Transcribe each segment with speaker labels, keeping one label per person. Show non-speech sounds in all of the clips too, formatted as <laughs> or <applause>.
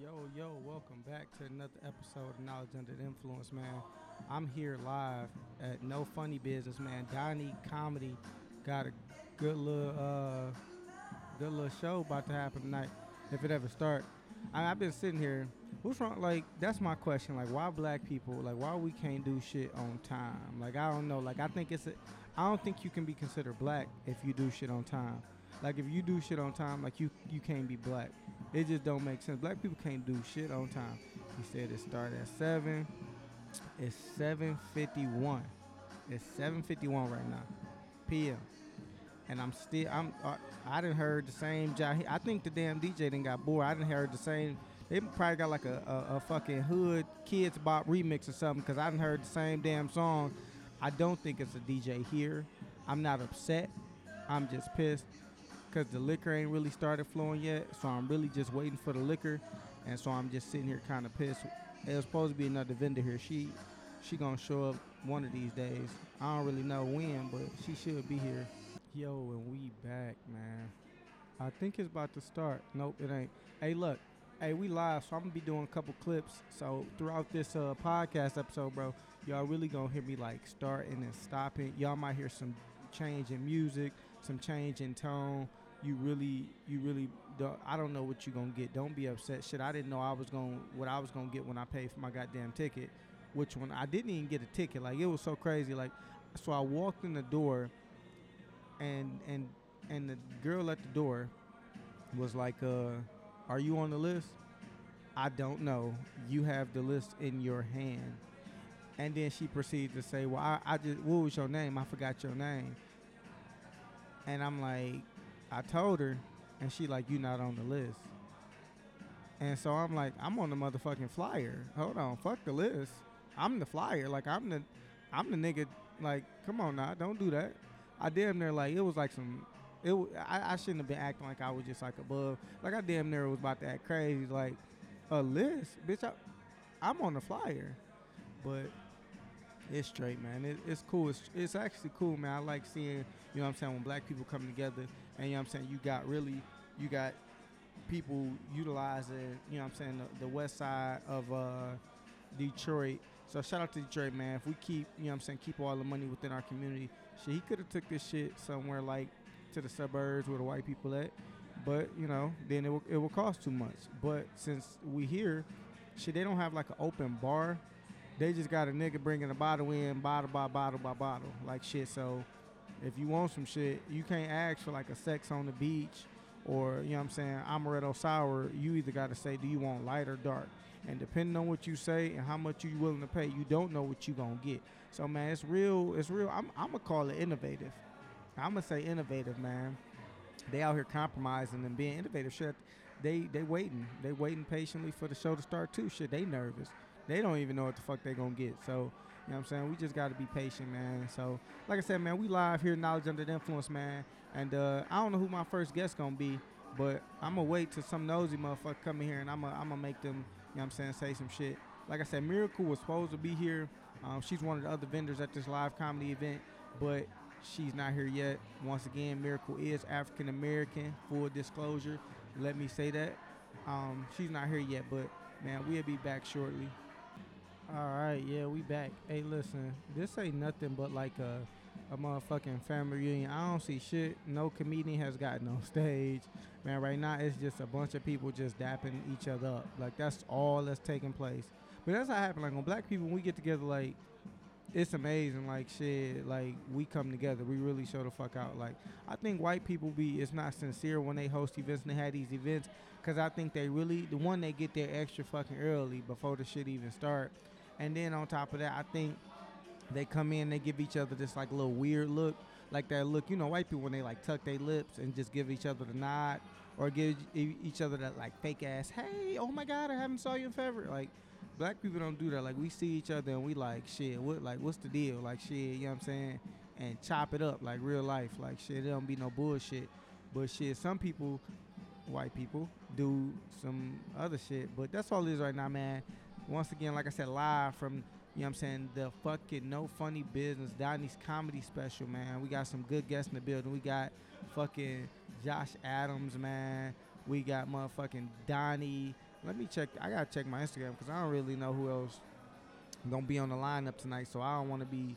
Speaker 1: Yo, yo, welcome back to another episode of Knowledge Under the Influence, man. I'm here live at No Funny Business, man. Donnie Comedy got a good little uh good little show about to happen tonight, if it ever start. I, I've been sitting here. What's wrong? Like, that's my question. Like, why black people? Like, why we can't do shit on time? Like, I don't know. Like, I think it's a. I don't think you can be considered black if you do shit on time. Like, if you do shit on time, like you you can't be black. It just don't make sense. Black people can't do shit on time. He said it started at seven. It's seven fifty one. It's seven fifty one right now, p.m. And I'm still I'm I, I didn't heard the same job. I think the damn DJ didn't got bored. I didn't heard the same. They probably got like a, a, a fucking hood kids bop remix or something because I didn't heard the same damn song. I don't think it's a DJ here. I'm not upset. I'm just pissed because the liquor ain't really started flowing yet. So I'm really just waiting for the liquor, and so I'm just sitting here kind of pissed. It was supposed to be another vendor here. She she gonna show up one of these days. I don't really know when, but she should be here. Yo, and we back, man. I think it's about to start. Nope, it ain't. Hey, look. Hey, we live, so I'm gonna be doing a couple clips. So throughout this uh, podcast episode, bro, y'all really gonna hear me like starting and stopping. Y'all might hear some change in music, some change in tone. You really, you really, don't, I don't know what you gonna get. Don't be upset. Shit, I didn't know I was gonna what I was gonna get when I paid for my goddamn ticket. Which one? I didn't even get a ticket. Like it was so crazy. Like, so I walked in the door, and and and the girl at the door was like, uh, "Are you on the list?" I don't know. You have the list in your hand. And then she proceeded to say, "Well, I, I just what was your name? I forgot your name." And I'm like, I told her, and she like, "You not on the list." And so I'm like, I'm on the motherfucking flyer. Hold on, fuck the list. I'm the flyer. Like I'm the, I'm the nigga. Like, come on now, don't do that. I damn near like it was like some. It wa- I, I shouldn't have been acting like I was just like above. Like I damn near was about to act crazy. Like a list, bitch. I, I'm on the flyer, but it's straight, man. It, it's cool. It's, it's actually cool, man. I like seeing you know what I'm saying when black people come together and you know what I'm saying you got really you got people utilizing you know what I'm saying the, the west side of uh, Detroit. So shout out to Detroit, man. If we keep you know what I'm saying keep all the money within our community, shit, he could have took this shit somewhere like to the suburbs where the white people at. But you know, then it will, it will cost too much. But since we here, shit, they don't have like an open bar. They just got a nigga bringing a bottle in, bottle by bottle by bottle, like shit. So if you want some shit, you can't ask for like a sex on the beach or, you know what I'm saying, amaretto sour. You either got to say, do you want light or dark? And depending on what you say and how much you willing to pay, you don't know what you going to get. So, man, it's real. It's real. I'm, I'm going to call it innovative. I'm going to say innovative, man. They out here compromising and being innovative. Shit, they they waiting. They waiting patiently for the show to start too. Shit, they nervous. They don't even know what the fuck they gonna get. So, you know what I'm saying? We just gotta be patient, man. So, like I said, man, we live here, knowledge under the influence, man. And uh, I don't know who my first guest gonna be, but I'm gonna wait till some nosy motherfucker come in here, and I'm gonna I'm gonna make them, you know what I'm saying, say some shit. Like I said, Miracle was supposed to be here. Um, she's one of the other vendors at this live comedy event, but she's not here yet. Once again, Miracle is African American. Full disclosure, let me say that. Um, she's not here yet, but man, we'll be back shortly. All right, yeah, we back. Hey, listen, this ain't nothing but like a a motherfucking family reunion. I don't see shit. No comedian has gotten on <laughs> stage, man. Right now, it's just a bunch of people just dapping each other up. Like that's all that's taking place. But that's how it happened. Like when black people, when we get together, like it's amazing. Like shit, like we come together. We really show the fuck out. Like I think white people be it's not sincere when they host events and they had these events because I think they really the one they get there extra fucking early before the shit even start. And then on top of that, I think they come in, they give each other this like little weird look, like that look. You know, white people when they like tuck their lips and just give each other the nod, or give e- each other that like fake ass, hey, oh my god, I haven't saw you in forever. Like, black people don't do that. Like, we see each other and we like shit. What like what's the deal? Like shit, you know what I'm saying? And chop it up like real life. Like shit, it don't be no bullshit. But shit, some people, white people, do some other shit. But that's all it is right now, man. Once again, like I said, live from you know what I'm saying? The fucking no funny business, Donnie's comedy special, man. We got some good guests in the building. We got fucking Josh Adams, man. We got motherfucking Donnie. Let me check. I gotta check my Instagram because I don't really know who else gonna be on the lineup tonight. So I don't want to be.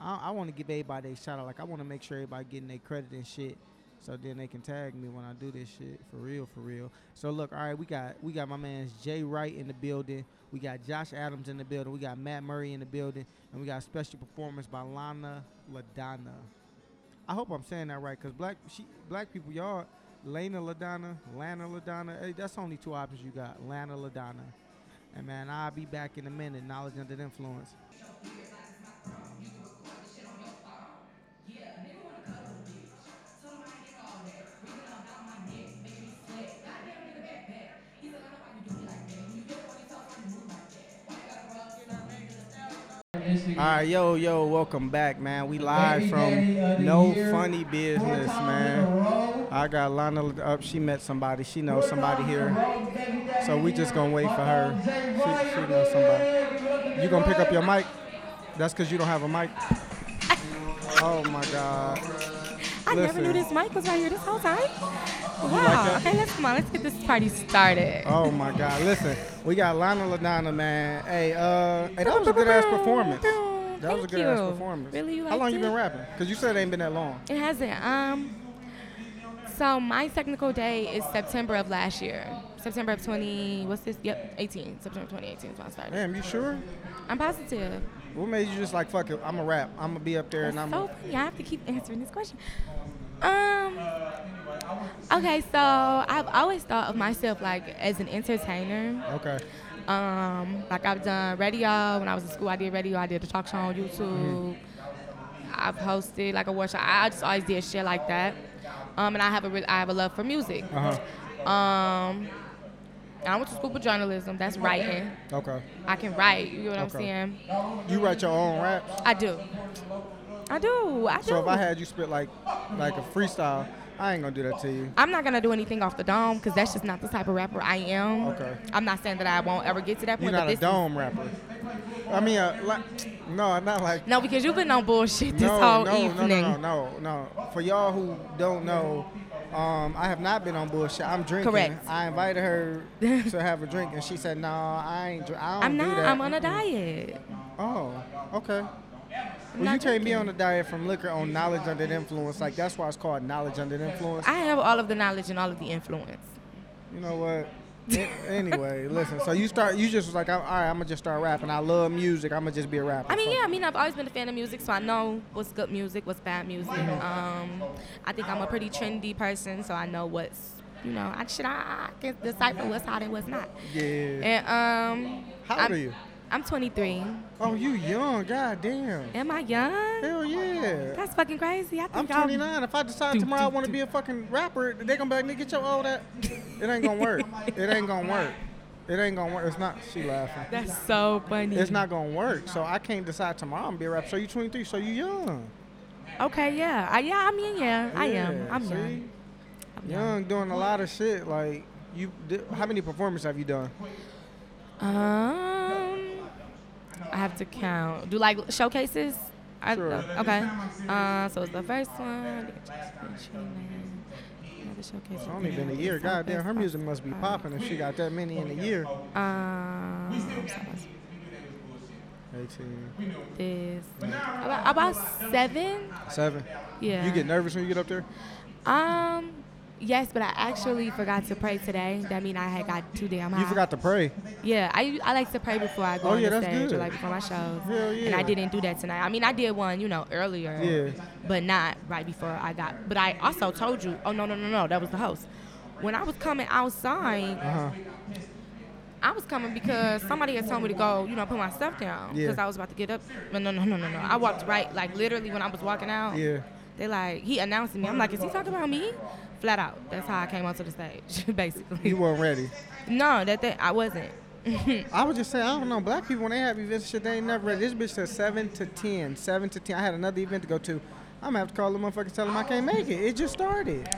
Speaker 1: I, I want to give everybody a shout out. Like I want to make sure everybody getting their credit and shit. So then they can tag me when I do this shit for real, for real. So look, all right, we got we got my man's Jay Wright in the building. We got Josh Adams in the building. We got Matt Murray in the building, and we got a special performance by Lana Ladonna. I hope I'm saying that right, cause black she black people y'all Lena Ladonna, Lana Ladonna. Hey, that's only two options you got, Lana Ladonna. And man, I'll be back in a minute. Knowledge under the influence. All right, yo, yo, welcome back, man. We live from No Funny Business, man. I got Lana up. She met somebody. She knows somebody here. So we just gonna wait for her. She, she knows somebody. You gonna pick up your mic? That's because you don't have a
Speaker 2: <laughs>
Speaker 1: mic. Oh my God.
Speaker 2: I never knew
Speaker 1: Listen.
Speaker 2: this mic was right here this whole time. Wow. okay, let's come on. Let's get this party started.
Speaker 1: Oh my God. Listen, we got Lana Ladonna, man. Hey, uh, hey, that was a good ass performance. That was a
Speaker 2: Thank
Speaker 1: good ass
Speaker 2: you.
Speaker 1: performance.
Speaker 2: Really, you
Speaker 1: How long
Speaker 2: liked
Speaker 1: you been
Speaker 2: it?
Speaker 1: rapping? Cause you said it ain't been that long.
Speaker 2: It hasn't. Um. So my technical day is September of last year. September of 20. What's this? Yep, 18. September 2018 is when I started.
Speaker 1: Damn, you sure?
Speaker 2: I'm positive.
Speaker 1: What made you just like fuck it? I'm a rap. I'm gonna be up there and I'm.
Speaker 2: That's so funny. I have to keep answering this question. Um. Okay, so I've always thought of myself like as an entertainer.
Speaker 1: okay.
Speaker 2: Um, like I've done radio when I was in school. I did radio. I did a talk show on YouTube. I've hosted like a workshop. I I just always did shit like that. Um, and I have a re- I have a love for music.
Speaker 1: Uh huh.
Speaker 2: Um, I went to school for journalism. That's writing.
Speaker 1: Okay.
Speaker 2: I can write. You know what I'm
Speaker 1: Okay.
Speaker 2: saying?
Speaker 1: You write your own raps.
Speaker 2: I do. I do. I do.
Speaker 1: So if I had you spit like like a freestyle, I ain't gonna do that to you.
Speaker 2: I'm not gonna do anything off the dome because that's just not the type of rapper I am.
Speaker 1: Okay.
Speaker 2: I'm not saying that I won't ever get to that
Speaker 1: You're
Speaker 2: point.
Speaker 1: not
Speaker 2: but
Speaker 1: a
Speaker 2: this
Speaker 1: dome rapper. I mean, uh, like, no, not like.
Speaker 2: No, because you've been on bullshit this
Speaker 1: no,
Speaker 2: whole
Speaker 1: no,
Speaker 2: evening.
Speaker 1: No, no, no, no, no. For y'all who don't know, um, I have not been on bullshit. I'm drinking.
Speaker 2: Correct.
Speaker 1: I invited
Speaker 2: <laughs>
Speaker 1: her to have a drink, and she said, "No, I ain't. Dr- I don't
Speaker 2: I'm
Speaker 1: Oh, do
Speaker 2: not.
Speaker 1: that."
Speaker 2: I'm on a diet.
Speaker 1: Oh, okay. Well,
Speaker 2: not
Speaker 1: you take me
Speaker 2: drinking.
Speaker 1: on a diet from liquor on knowledge under the influence. Like that's why it's called knowledge under the influence.
Speaker 2: I have all of the knowledge and all of the influence.
Speaker 1: You know what? A- anyway, listen. So you start. You just was like, all right, I'm gonna just start rapping. I love music. I'm gonna just be a rapper.
Speaker 2: I mean,
Speaker 1: Fuck
Speaker 2: yeah. I mean, I've always been a fan of music, so I know what's good music, what's bad music. Um, I think I'm a pretty trendy person, so I know what's you know. I should I, I can decipher what's hot and what's not.
Speaker 1: Yeah.
Speaker 2: And um,
Speaker 1: How old
Speaker 2: I'm,
Speaker 1: are you?
Speaker 2: I'm 23.
Speaker 1: Oh, you young. God damn.
Speaker 2: Am I young?
Speaker 1: Hell yeah.
Speaker 2: That's fucking crazy. I think
Speaker 1: I'm 29. If I decide tomorrow I want to be a fucking rapper, they gonna be like, nigga, get your old ass. It ain't gonna work. it ain't gonna work. It ain't gonna work. It's not. She laughing.
Speaker 2: That's so funny.
Speaker 1: It's not gonna work. So I can't decide tomorrow I'm gonna be a rapper. So you 23. So you young.
Speaker 2: Okay, yeah. I, yeah, I mean, yeah, I am.
Speaker 1: Yeah,
Speaker 2: I'm
Speaker 1: see?
Speaker 2: young. I'm
Speaker 1: Young, doing a lot of shit. Like you, di- how many performances have you done?
Speaker 2: Um, I have to count. Do like showcases? I,
Speaker 1: Sure.
Speaker 2: Okay. Uh, so it's the first one. Another showcase.
Speaker 1: It's only been a year. Goddamn, her music must be popping if she got that many in a year.
Speaker 2: Um, so that's
Speaker 1: 18,
Speaker 2: this about, about seven.
Speaker 1: seven.
Speaker 2: Yeah.
Speaker 1: You get nervous when you get up there?
Speaker 2: Um. Yes, but I actually forgot to pray today. That mean I had got too damn high.
Speaker 1: You forgot to pray.
Speaker 2: Yeah, I, I like to pray before I go
Speaker 1: Oh,
Speaker 2: on
Speaker 1: yeah,
Speaker 2: the
Speaker 1: that's
Speaker 2: stage
Speaker 1: good.
Speaker 2: or like before my shows.
Speaker 1: Hell
Speaker 2: And
Speaker 1: yeah.
Speaker 2: I didn't do that tonight. I mean, I did one, you know, earlier.
Speaker 1: Yeah.
Speaker 2: But not right before I got. But I also told you, oh no no no no, that was the host. When I was coming outside,
Speaker 1: Uh huh.
Speaker 2: I was coming because somebody had told me to go, you know, put my stuff down
Speaker 1: Yeah.
Speaker 2: because I was about to get up. No no no no no no. I walked right, like literally when I was walking out.
Speaker 1: Yeah.
Speaker 2: They like he announced me. I'm like, is he talking about me? Flat out. That's how I came onto the stage, <laughs> basically.
Speaker 1: You weren't ready.
Speaker 2: No, that thing I wasn't. <laughs>
Speaker 1: I was just saying, I don't know. Black people, when they have events, and shit, they ain't never ready. This bitch said 7 to 10. 7 to 10. I had another event to go to. I'm going to have to call the motherfucker and tell him I can't make it. It just started.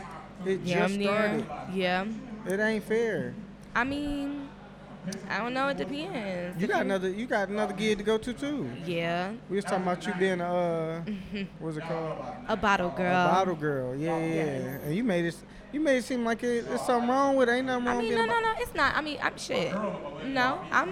Speaker 1: It
Speaker 2: Yeah,
Speaker 1: just
Speaker 2: I'm there.
Speaker 1: started.
Speaker 2: Yeah.
Speaker 1: It ain't fair.
Speaker 2: I mean, I don't know. It depends.
Speaker 1: You
Speaker 2: If
Speaker 1: got another. You got another gig to go to too.
Speaker 2: Yeah,
Speaker 1: We was talking about you being a
Speaker 2: <laughs>
Speaker 1: uh, what's it called?
Speaker 2: a bottle girl.
Speaker 1: A bottle girl. Yeah, yeah. yeah. And you made it. s- You made it seem like it, there's something wrong with it. Ain't nothing wrong
Speaker 2: I mean,
Speaker 1: being
Speaker 2: no,
Speaker 1: a bo-
Speaker 2: no, no. It's not. I mean, I'm shit. No, I'm.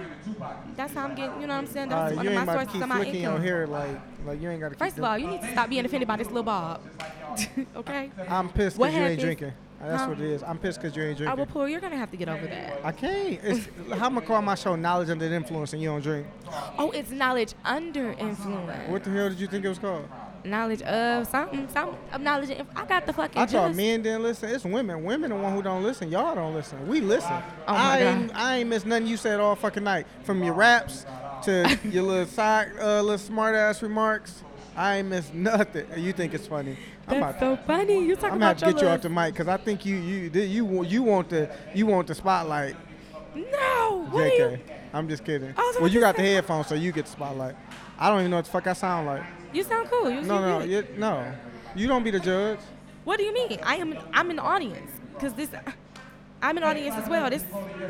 Speaker 2: That's how I'm getting. You know what I'm saying?
Speaker 1: All right,
Speaker 2: That's one
Speaker 1: Uh, you
Speaker 2: of
Speaker 1: ain't
Speaker 2: my
Speaker 1: about to
Speaker 2: sources
Speaker 1: keep
Speaker 2: of my
Speaker 1: flicking your
Speaker 2: income.
Speaker 1: hair like like you ain't got to.
Speaker 2: First of all, you need to stop being offended by this little bob. <laughs> okay.
Speaker 1: I'm pissed
Speaker 2: what
Speaker 1: because you ain't
Speaker 2: happens-
Speaker 1: drinking. That's
Speaker 2: Huh?
Speaker 1: what it is. I'm pissed because you ain't
Speaker 2: I
Speaker 1: drinking.
Speaker 2: will pull. You're gonna have to get over that.
Speaker 1: I can't. It's, how am I call my show knowledge under the influence and you don't drink?
Speaker 2: Oh, it's knowledge under influence.
Speaker 1: What the hell did you think it was called?
Speaker 2: Knowledge of something. Some of knowledge. Of, I got the fucking.
Speaker 1: I thought
Speaker 2: gist.
Speaker 1: men didn't listen. It's women. Women the one who don't listen. Y'all don't listen. We listen.
Speaker 2: Oh my
Speaker 1: I
Speaker 2: God.
Speaker 1: ain't I ain't miss nothing you said all fucking night. From your raps
Speaker 2: <laughs>
Speaker 1: to your little side uh, little smart ass remarks. I ain't miss nothing. And You think it's funny. I'm
Speaker 2: That's
Speaker 1: about
Speaker 2: so funny. You talking
Speaker 1: I'm gonna have
Speaker 2: about
Speaker 1: to
Speaker 2: your
Speaker 1: get you off
Speaker 2: little-
Speaker 1: the mic because I think you you you you want- you want the you want the spotlight,
Speaker 2: No. What are
Speaker 1: JK.
Speaker 2: you?
Speaker 1: I'm just kidding.
Speaker 2: I was
Speaker 1: Well,
Speaker 2: about
Speaker 1: you
Speaker 2: to
Speaker 1: got the
Speaker 2: say-
Speaker 1: headphones, so you get the spotlight. I don't even know what the fuck I sound like.
Speaker 2: You sound cool.
Speaker 1: No,
Speaker 2: You, you
Speaker 1: no,
Speaker 2: really-
Speaker 1: you, no. You don't be the judge.
Speaker 2: What do you mean? I am. I'm an audience. Cause this. I'm an audience as well. This.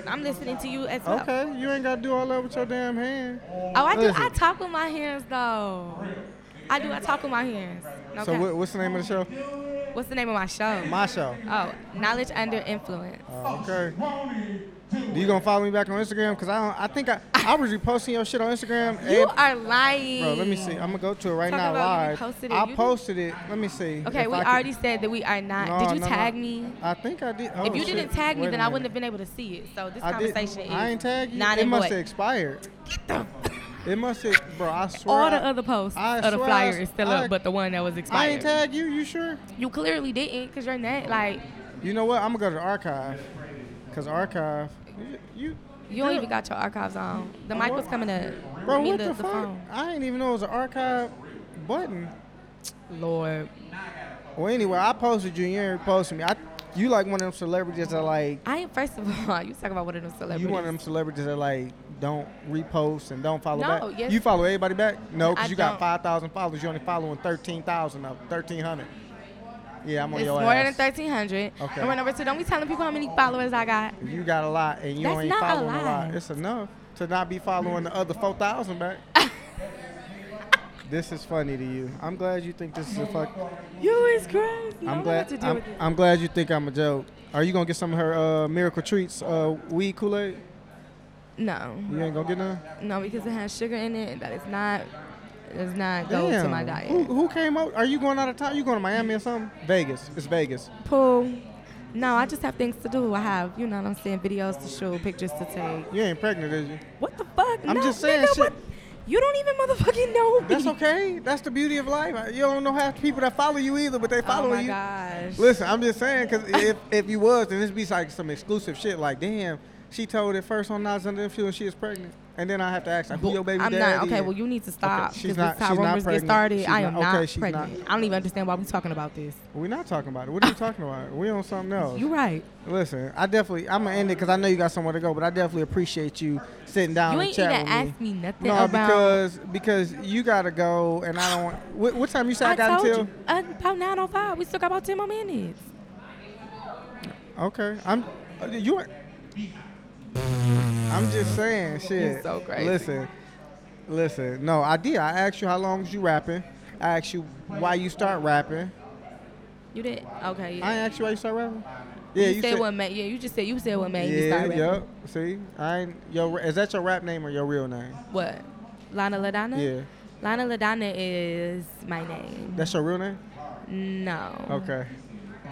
Speaker 2: I'm listening to you as well.
Speaker 1: Okay, you ain't got to do all that with your damn hand.
Speaker 2: Oh, I do. I
Speaker 1: Listen.
Speaker 2: talk with my hands though. I do. I talk with my hands. Okay.
Speaker 1: So what, what's the name of the show?
Speaker 2: What's the name of my show?
Speaker 1: My show.
Speaker 2: oh, knowledge under influence.
Speaker 1: Oh, okay. You gonna follow me back on Instagram? Cause I don't, I think I I was reposting your shit on Instagram.
Speaker 2: you
Speaker 1: and-
Speaker 2: are lying.
Speaker 1: bro, let me see. I'm gonna go to it right
Speaker 2: Talk
Speaker 1: now
Speaker 2: about you
Speaker 1: live.
Speaker 2: reposted it.
Speaker 1: I
Speaker 2: You-
Speaker 1: posted it. Let me see.
Speaker 2: Okay,
Speaker 1: if
Speaker 2: we
Speaker 1: I can-
Speaker 2: already said that we are not.
Speaker 1: No,
Speaker 2: did you
Speaker 1: no, no.
Speaker 2: tag me?
Speaker 1: I think I did. Oh,
Speaker 2: if you
Speaker 1: shit.
Speaker 2: didn't tag me,
Speaker 1: Wait a
Speaker 2: then I
Speaker 1: minute.
Speaker 2: wouldn't have been able to see it. So this
Speaker 1: I did-
Speaker 2: conversation is
Speaker 1: I ain't tag you.
Speaker 2: not
Speaker 1: it
Speaker 2: in
Speaker 1: must
Speaker 2: void.
Speaker 1: have expired.
Speaker 2: Get the-
Speaker 1: It must have, bro. I swear.
Speaker 2: All
Speaker 1: I,
Speaker 2: the other posts
Speaker 1: I
Speaker 2: of the
Speaker 1: swear I
Speaker 2: flyer
Speaker 1: s-
Speaker 2: is still
Speaker 1: I-
Speaker 2: up, but the one that was expired.
Speaker 1: I ain't tag you. You sure?
Speaker 2: You clearly didn't, cause you're not like
Speaker 1: You know what? I'm gonna go to the archive, cause archive. You, you
Speaker 2: you don't even got your archives on. The mic was coming up.
Speaker 1: bro.
Speaker 2: I
Speaker 1: what
Speaker 2: mean,
Speaker 1: the, fuck?
Speaker 2: phone.
Speaker 1: I didn't even know it was an archive button.
Speaker 2: Lord,
Speaker 1: Well, anyway, I posted you. You ain't reposted me. I, you like one of them celebrities that like.
Speaker 2: I ain't. First of all, <laughs> you talk about one of them celebrities.
Speaker 1: You one of them celebrities that like don't repost and don't follow
Speaker 2: No,
Speaker 1: back.
Speaker 2: yes.
Speaker 1: You follow everybody back? No,
Speaker 2: I
Speaker 1: because you got
Speaker 2: don't.
Speaker 1: five thousand followers. You only following thirteen thousand of thirteen hundred. Yeah, I'm on
Speaker 2: It's
Speaker 1: your
Speaker 2: more
Speaker 1: ass.
Speaker 2: than 1,300.
Speaker 1: Okay.
Speaker 2: And we're number two. Don't be telling people how many followers I got.
Speaker 1: You got a lot, and you
Speaker 2: That's
Speaker 1: ain't
Speaker 2: not a
Speaker 1: following a lot.
Speaker 2: lot.
Speaker 1: It's enough to not be following the other four thousand back. this is funny to you. I'm glad you think this is a fuck.
Speaker 2: You is crazy.
Speaker 1: I'm glad. I'm, I'm glad you think I'm a joke. Are you gonna get some of her uh, miracle treats? Uh, weed Kool Aid?
Speaker 2: No,
Speaker 1: You ain't gonna get none.
Speaker 2: no, because it has sugar in it. That is not. Does not go to my diet.
Speaker 1: Who, who came out? Are you going out of town? You going to Miami or something? Vegas. It's Vegas.
Speaker 2: Pool. No, I just have things to do. I have, you know what I'm saying, videos to shoot, pictures to take.
Speaker 1: You ain't pregnant, is you?
Speaker 2: What the fuck?
Speaker 1: I'm
Speaker 2: No,
Speaker 1: just saying
Speaker 2: nigga,
Speaker 1: shit.
Speaker 2: what- You don't even motherfucking know me. <laughs>
Speaker 1: That's okay. That's the beauty of life. I- You don't know half the people that follow you either, but they follow
Speaker 2: Oh my
Speaker 1: you.
Speaker 2: gosh.
Speaker 1: Listen, I'm just saying, because if, if you was, then this be like some exclusive shit. Like, damn, she told it first on Knowledge Under the Influence she is pregnant. And then I have to ask, like, who your baby
Speaker 2: I'm
Speaker 1: daddy
Speaker 2: not okay.
Speaker 1: is?
Speaker 2: Well, you need to stop.
Speaker 1: she's
Speaker 2: because
Speaker 1: not-
Speaker 2: this is how
Speaker 1: she's not
Speaker 2: rumors get
Speaker 1: pregnant.
Speaker 2: started.
Speaker 1: She's
Speaker 2: I am
Speaker 1: not-
Speaker 2: not,
Speaker 1: okay, she's not.
Speaker 2: pregnant. I don't even understand why we talking about this.
Speaker 1: We're not talking about it. What are you talking about? We on something else.
Speaker 2: You right.
Speaker 1: Listen, I definitely, I'm going to end it because I know you got somewhere to go, but I definitely appreciate you sitting down
Speaker 2: You
Speaker 1: and
Speaker 2: ain't
Speaker 1: chatting
Speaker 2: even
Speaker 1: with me.
Speaker 2: asked Oh, me nothing
Speaker 1: No,
Speaker 2: about.
Speaker 1: because because you gotta go, and I don't. Want, what, what time you say I,
Speaker 2: I
Speaker 1: got
Speaker 2: told
Speaker 1: until?
Speaker 2: you uh, about nine oh five. We still got about ten more minutes.
Speaker 1: Okay, I'm. uh, You. I'm just saying, shit.
Speaker 2: You're so crazy.
Speaker 1: Listen, listen. No, I did. I asked you how long was you rapping. I asked you why you start rapping.
Speaker 2: You did okay. Yeah.
Speaker 1: I ain't asked you why you start rapping. Yeah,
Speaker 2: you, said what made. Yeah, you just said you said what made you
Speaker 1: Yeah,
Speaker 2: start rapping.
Speaker 1: yep. See, I ain't. Yo, is that your rap name or your real name?
Speaker 2: What? Lana Ladonna.
Speaker 1: Yeah,
Speaker 2: Lana Ladonna is my name.
Speaker 1: that's your real name.
Speaker 2: No.
Speaker 1: Okay.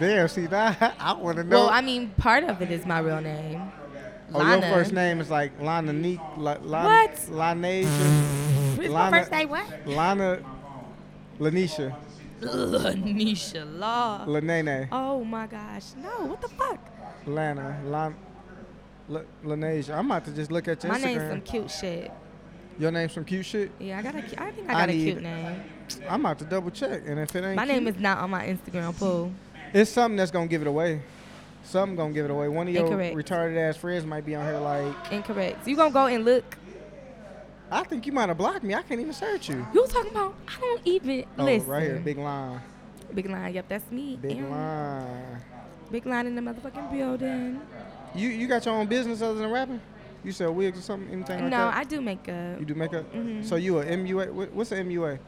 Speaker 1: Damn. See, <laughs> that I want to know.
Speaker 2: Mm-hmm. Well, I mean, part of it is my real name.
Speaker 1: Oh,
Speaker 2: Lana.
Speaker 1: your first name is like Lana Neek. La, Lana,
Speaker 2: What?
Speaker 1: Lanasia.
Speaker 2: It's
Speaker 1: Lana-
Speaker 2: my first name. What? <laughs>
Speaker 1: Lana. Lanisha.
Speaker 2: Lanisha Law.
Speaker 1: Lanene.
Speaker 2: Oh my gosh. No, what the fuck?
Speaker 1: Lana. Lan, La, Lanasia. I'm about to just look at your
Speaker 2: My
Speaker 1: Instagram.
Speaker 2: name's some cute shit.
Speaker 1: your name's some cute shit.
Speaker 2: Yeah, I got a cu- I think
Speaker 1: I
Speaker 2: I got a
Speaker 1: need-
Speaker 2: cute name.
Speaker 1: I'm about to double check, and if it ain't,
Speaker 2: My name
Speaker 1: cute,
Speaker 2: is not on my Instagram pool.
Speaker 1: It's something that's gonna give it away. Something gonna give it away. One of your
Speaker 2: Incorrect.
Speaker 1: retarded ass friends might be on here. Like,
Speaker 2: Incorrect. So you gonna go and look.
Speaker 1: I think you might have blocked me. I can't even search you.
Speaker 2: You was talking about I don't even
Speaker 1: Oh,
Speaker 2: listen.
Speaker 1: right here, big line,
Speaker 2: Big line, yep, that's me.
Speaker 1: big
Speaker 2: Erin.
Speaker 1: line.
Speaker 2: Big line in the motherfucking building.
Speaker 1: You you got your own business other than rapping? You sell wigs or something? Anything like
Speaker 2: no,
Speaker 1: that?
Speaker 2: I Mm-hmm. do makeup.
Speaker 1: you do makeup. So you a MUA? What- What's an MUA?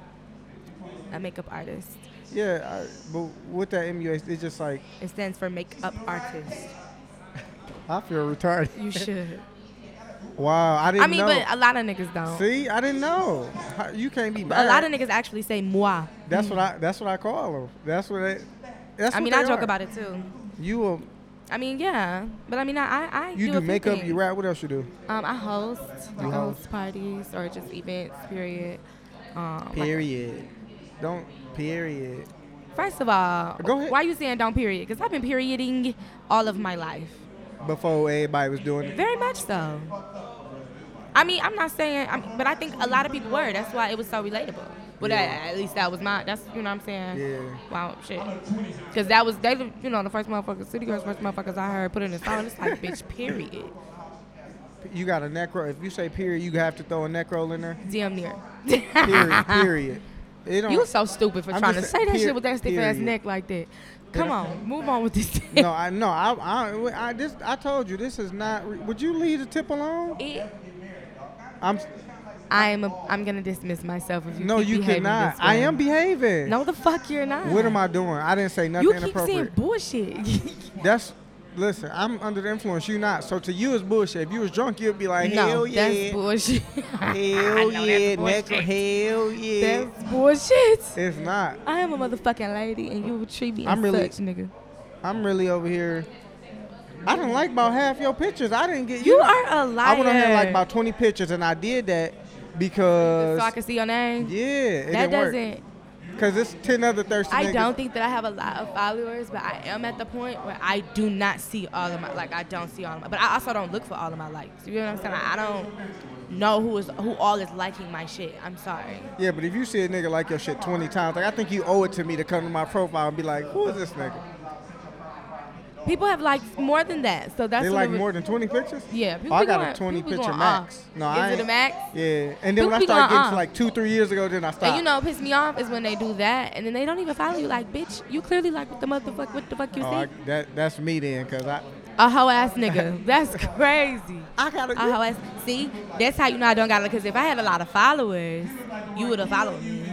Speaker 2: A makeup artist.
Speaker 1: Yeah, I, but with that MUA, it's just like
Speaker 2: It stands for makeup artist.
Speaker 1: I feel retarded. <laughs>
Speaker 2: You should.
Speaker 1: Wow, I didn't
Speaker 2: I mean,
Speaker 1: know.
Speaker 2: but a lot of niggas don't.
Speaker 1: See, I didn't know. How- You can't be
Speaker 2: A
Speaker 1: mad.
Speaker 2: lot of niggas actually say moi.
Speaker 1: That's what I. That's what I call them. That's what. They, that's
Speaker 2: I
Speaker 1: what
Speaker 2: mean,
Speaker 1: they
Speaker 2: I joke
Speaker 1: are.
Speaker 2: about it too.
Speaker 1: You. Um,
Speaker 2: I mean, yeah, but I mean, I I, I
Speaker 1: you
Speaker 2: do,
Speaker 1: do
Speaker 2: a few
Speaker 1: makeup.
Speaker 2: things.
Speaker 1: You rap. What else you do?
Speaker 2: Um, I host.
Speaker 1: You
Speaker 2: I
Speaker 1: host?
Speaker 2: host parties or just events. Period. Um, like-
Speaker 1: Period. Don't. Period.
Speaker 2: first of all,
Speaker 1: Go ahead.
Speaker 2: why you saying don't period? Because I've been perioding all of my life.
Speaker 1: Before everybody was doing it.
Speaker 2: Very much so. I mean, I'm not saying, I'm, but I think a lot of people were. That's why it was so relatable. Well,
Speaker 1: Yeah.
Speaker 2: that, at least that was my. That's you know what I'm saying.
Speaker 1: Yeah.
Speaker 2: Wow, shit. Because that was they, the- you know, the first motherfuckers, City Girls, first motherfuckers I heard put in a song. It's like, bitch, period.
Speaker 1: You got a necro. If you say period, you have to throw a necro in there.
Speaker 2: Damn near. <laughs>
Speaker 1: Period. period. It don't.
Speaker 2: You so stupid for
Speaker 1: I'm
Speaker 2: trying to
Speaker 1: just
Speaker 2: say that
Speaker 1: saying,
Speaker 2: shit with that stiff ass
Speaker 1: period.
Speaker 2: neck like that. Come on, move on
Speaker 1: <laughs>
Speaker 2: with this.
Speaker 1: no, I no, I, I, I just, I told you this is not. re- Would you leave the tip alone?
Speaker 2: It-
Speaker 1: I'm.
Speaker 2: I'm a, I'm gonna dismiss myself if you
Speaker 1: No,
Speaker 2: keep
Speaker 1: you
Speaker 2: behaving
Speaker 1: cannot.
Speaker 2: this way.
Speaker 1: I am behaving.
Speaker 2: No, the fuck you're not.
Speaker 1: What am I doing? I didn't say nothing
Speaker 2: Mm. You keep saying
Speaker 1: inappropriate.
Speaker 2: bullshit. <laughs>
Speaker 1: That's listen. I'm under the influence. You not. So to you it's bullshit. If you was drunk, you'd be like,
Speaker 2: no,
Speaker 1: Uh, hell yeah,
Speaker 2: that's bullshit.
Speaker 1: hell
Speaker 2: <laughs> I <laughs> know
Speaker 1: yeah, necro,
Speaker 2: that's bullshit.
Speaker 1: hell yeah.
Speaker 2: That's bullshit.
Speaker 1: it's not.
Speaker 2: I am a motherfucking lady, and you would treat me as
Speaker 1: I'm really-
Speaker 2: such, nigga.
Speaker 1: I'm really over here. I don't like about half your pictures. I didn't get
Speaker 2: You
Speaker 1: know,
Speaker 2: are a liar.
Speaker 1: I went on here like about 20 pictures, and I did that because
Speaker 2: so I can see your name.
Speaker 1: yeah, it
Speaker 2: that
Speaker 1: didn't
Speaker 2: doesn't.
Speaker 1: Because it's 10 other thirsty.
Speaker 2: I
Speaker 1: niggas.
Speaker 2: don't think that I have a lot of followers, but I am at the point where I do not see all of my like I don't see all of my, but I also don't look for all of my likes. You know what I'm saying? Like, I don't know who is who all is liking my shit. I'm sorry.
Speaker 1: Yeah, but if you see a nigga like your shit 20 times, like I think you owe it to me to come to my profile and be like, who is this nigga?
Speaker 2: People have liked more than that, so that's
Speaker 1: they
Speaker 2: what
Speaker 1: like
Speaker 2: it was-
Speaker 1: more than 20 pictures?
Speaker 2: Yeah,
Speaker 1: Oh,
Speaker 2: people
Speaker 1: I
Speaker 2: be
Speaker 1: got
Speaker 2: going-
Speaker 1: a 20
Speaker 2: people be
Speaker 1: picture
Speaker 2: going,
Speaker 1: max.
Speaker 2: uh,
Speaker 1: no,
Speaker 2: is
Speaker 1: I
Speaker 2: it a
Speaker 1: ain't-
Speaker 2: max?
Speaker 1: Yeah. And then
Speaker 2: People
Speaker 1: when I
Speaker 2: be
Speaker 1: started
Speaker 2: going,
Speaker 1: getting to
Speaker 2: uh.
Speaker 1: like two, three years ago, then I stopped.
Speaker 2: And you know, what piss me off is when they do that, and then they don't even follow you. Like, bitch, you clearly like what the motherfuck, what the fuck you
Speaker 1: oh,
Speaker 2: see?
Speaker 1: I, that, that's me then, because I,
Speaker 2: A hoe ass nigga. <laughs> That's crazy.
Speaker 1: I got to.
Speaker 2: A hoe ass. See, that's how you know I don't got it. Cause if I had a lot of followers, you would have followed me.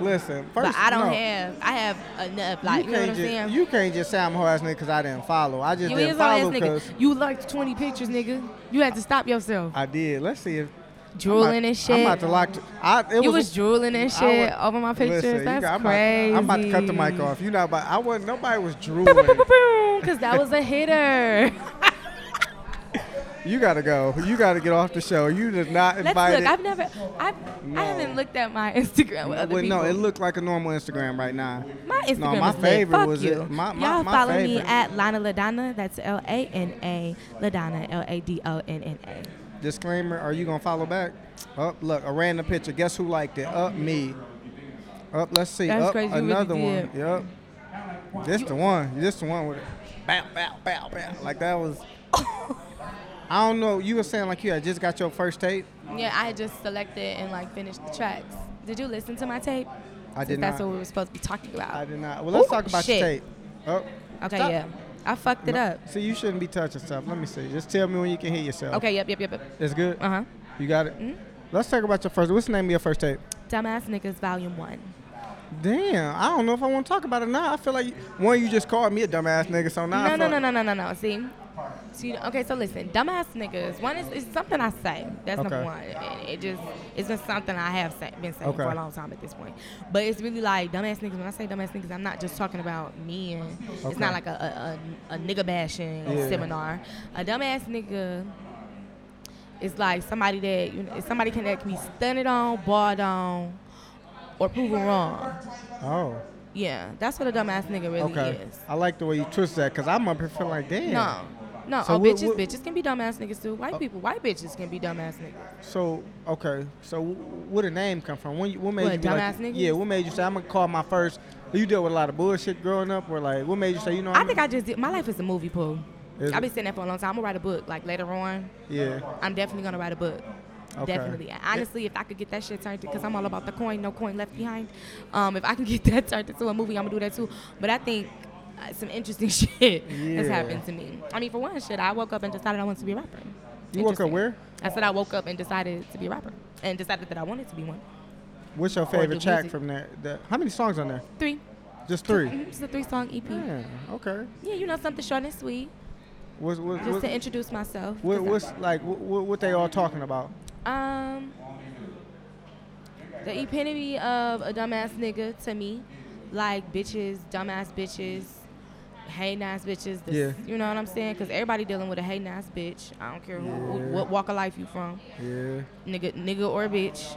Speaker 1: listen, first
Speaker 2: But I don't
Speaker 1: no,
Speaker 2: have. I have enough. Like, you, know what I'm
Speaker 1: can't
Speaker 2: saying?
Speaker 1: just, you can't just say I'm a whole ass nigga because I didn't follow. I just
Speaker 2: You
Speaker 1: didn't
Speaker 2: is all ass
Speaker 1: follow
Speaker 2: nigga.
Speaker 1: because
Speaker 2: You liked 20 pictures, nigga. You had to stop yourself.
Speaker 1: I did. Let's see if.
Speaker 2: drooling
Speaker 1: I'm about,
Speaker 2: and shit.
Speaker 1: I'm about to lock. t- I, it
Speaker 2: you
Speaker 1: was
Speaker 2: was drooling and shit
Speaker 1: wa-
Speaker 2: over my pictures.
Speaker 1: Listen, you
Speaker 2: That's
Speaker 1: got- I'm
Speaker 2: crazy.
Speaker 1: About, I'm about to cut the mic off. You know, but I wasn't. Nobody was drooling.
Speaker 2: Because that was a
Speaker 1: <laughs>
Speaker 2: hitter.
Speaker 1: you gotta go. You gotta get off the show. You did not
Speaker 2: Let's
Speaker 1: invite
Speaker 2: look. I've never, I've,
Speaker 1: No.
Speaker 2: I haven't looked at my Instagram with other
Speaker 1: well,
Speaker 2: people.
Speaker 1: no, it looked like a normal Instagram right now.
Speaker 2: my Instagram
Speaker 1: no, my
Speaker 2: is lit.
Speaker 1: favorite
Speaker 2: Fuck
Speaker 1: was
Speaker 2: you.
Speaker 1: it. My, my,
Speaker 2: Y'all
Speaker 1: my
Speaker 2: follow
Speaker 1: favorite.
Speaker 2: me at Lana Ladonna. That's L A N A Ladonna. L A D O N N A.
Speaker 1: Disclaimer: Are you gonna follow back? Up, look, a random picture. Guess who liked it? Up, me. Up, let's see.
Speaker 2: That's
Speaker 1: Up,
Speaker 2: crazy, you really
Speaker 1: another one.
Speaker 2: did.
Speaker 1: Yep. This the one. This the one with it. Bow, bow, bow, bow. Like that was. I don't know. You were saying like you had just got your first tape.
Speaker 2: Yeah, I had just selected and like finished the tracks. Did you listen to my tape?
Speaker 1: I did
Speaker 2: Since That's
Speaker 1: not.
Speaker 2: what we were supposed to be talking about.
Speaker 1: I did not. Well, let's
Speaker 2: Ooh,
Speaker 1: talk about
Speaker 2: shit.
Speaker 1: your tape. Up.
Speaker 2: okay,
Speaker 1: Stop.
Speaker 2: yeah. I fucked it
Speaker 1: No.
Speaker 2: up.
Speaker 1: See, you shouldn't be touching stuff. Let me see. Just tell me when you can hear yourself.
Speaker 2: Okay, yep, yep, yep. yep.
Speaker 1: It's good.
Speaker 2: Uh huh.
Speaker 1: You got it. Let's talk about your first. What's the name of your first tape?
Speaker 2: Dumbass Niggas Volume 1.
Speaker 1: Damn, I don't know if I want to talk about it now. I feel like one, you just called me a dumbass nigga, so now
Speaker 2: No,
Speaker 1: I
Speaker 2: no, no, no, no, no, no. See? See, okay, so listen, dumbass niggas. One is it's something I say. That's number
Speaker 1: Okay.
Speaker 2: one. And it just it's been something I have say, been saying for
Speaker 1: Okay.
Speaker 2: a long time at this point. But it's really like dumbass niggas. When I say dumbass niggas, I'm not just talking about men. It's
Speaker 1: Okay.
Speaker 2: not like a a, a, a nigga bashing
Speaker 1: Yeah.
Speaker 2: seminar. A dumbass nigga is like somebody that you know, it's somebody can that can be stunted on, barred on, or proven wrong.
Speaker 1: Oh,
Speaker 2: Yeah, that's what a dumbass nigga really
Speaker 1: okay.
Speaker 2: is.
Speaker 1: I like the way you twist that because I'm up here feeling like, damn.
Speaker 2: No. No,
Speaker 1: So
Speaker 2: oh,
Speaker 1: what-
Speaker 2: bitches,
Speaker 1: what- Oh.
Speaker 2: bitches can be dumbass niggas too. White people, white bitches can be dumbass niggas.
Speaker 1: So, okay. So, wh- where the name come from? When you, what made
Speaker 2: What,
Speaker 1: you be like,
Speaker 2: dumbass niggas?
Speaker 1: Yeah, what made you say, I'm going to call my first. You deal with a lot of bullshit growing up, or like, what made you say, you know what
Speaker 2: I think I just did. My life is a movie pool.
Speaker 1: Um, Is
Speaker 2: I've
Speaker 1: it?
Speaker 2: been saying that for a long time. I'm gonna write a book. Like later on,
Speaker 1: Yeah.
Speaker 2: I'm definitely gonna write a book.
Speaker 1: Okay.
Speaker 2: Definitely. And Honestly, if I could get that shit turned, because I'm all about the coin, no coin left behind. Um, if I can <laughs> get that turned into a movie, I'm gonna do that too. But I think uh, some interesting <laughs> shit has
Speaker 1: Yeah.
Speaker 2: happened to me. I mean, for one, shit, I woke up and decided I wanted to be a rapper.
Speaker 1: You woke up
Speaker 2: Interesting.
Speaker 1: where?
Speaker 2: I said I woke up and decided to be a rapper and decided that I wanted to be one.
Speaker 1: What's your
Speaker 2: do
Speaker 1: favorite track
Speaker 2: music.
Speaker 1: from there? The, how many songs on there?
Speaker 2: Three.
Speaker 1: Just three.
Speaker 2: Mhm, It's a three song EP.
Speaker 1: Yeah. Okay.
Speaker 2: Yeah, you know, something short and sweet.
Speaker 1: What's what,
Speaker 2: Just
Speaker 1: what,
Speaker 2: to introduce myself.
Speaker 1: what,
Speaker 2: 'cause I-
Speaker 1: what's like what, what what they all talking about?
Speaker 2: Um, the epitome of a dumbass nigga to me, like bitches, dumbass bitches, hating ass bitches. This,
Speaker 1: Yeah.
Speaker 2: You know what I'm saying? Because everybody dealing with a hating ass bitch. I don't care who, who, what walk of life you from,
Speaker 1: Yeah.
Speaker 2: nigga, nigga or bitch,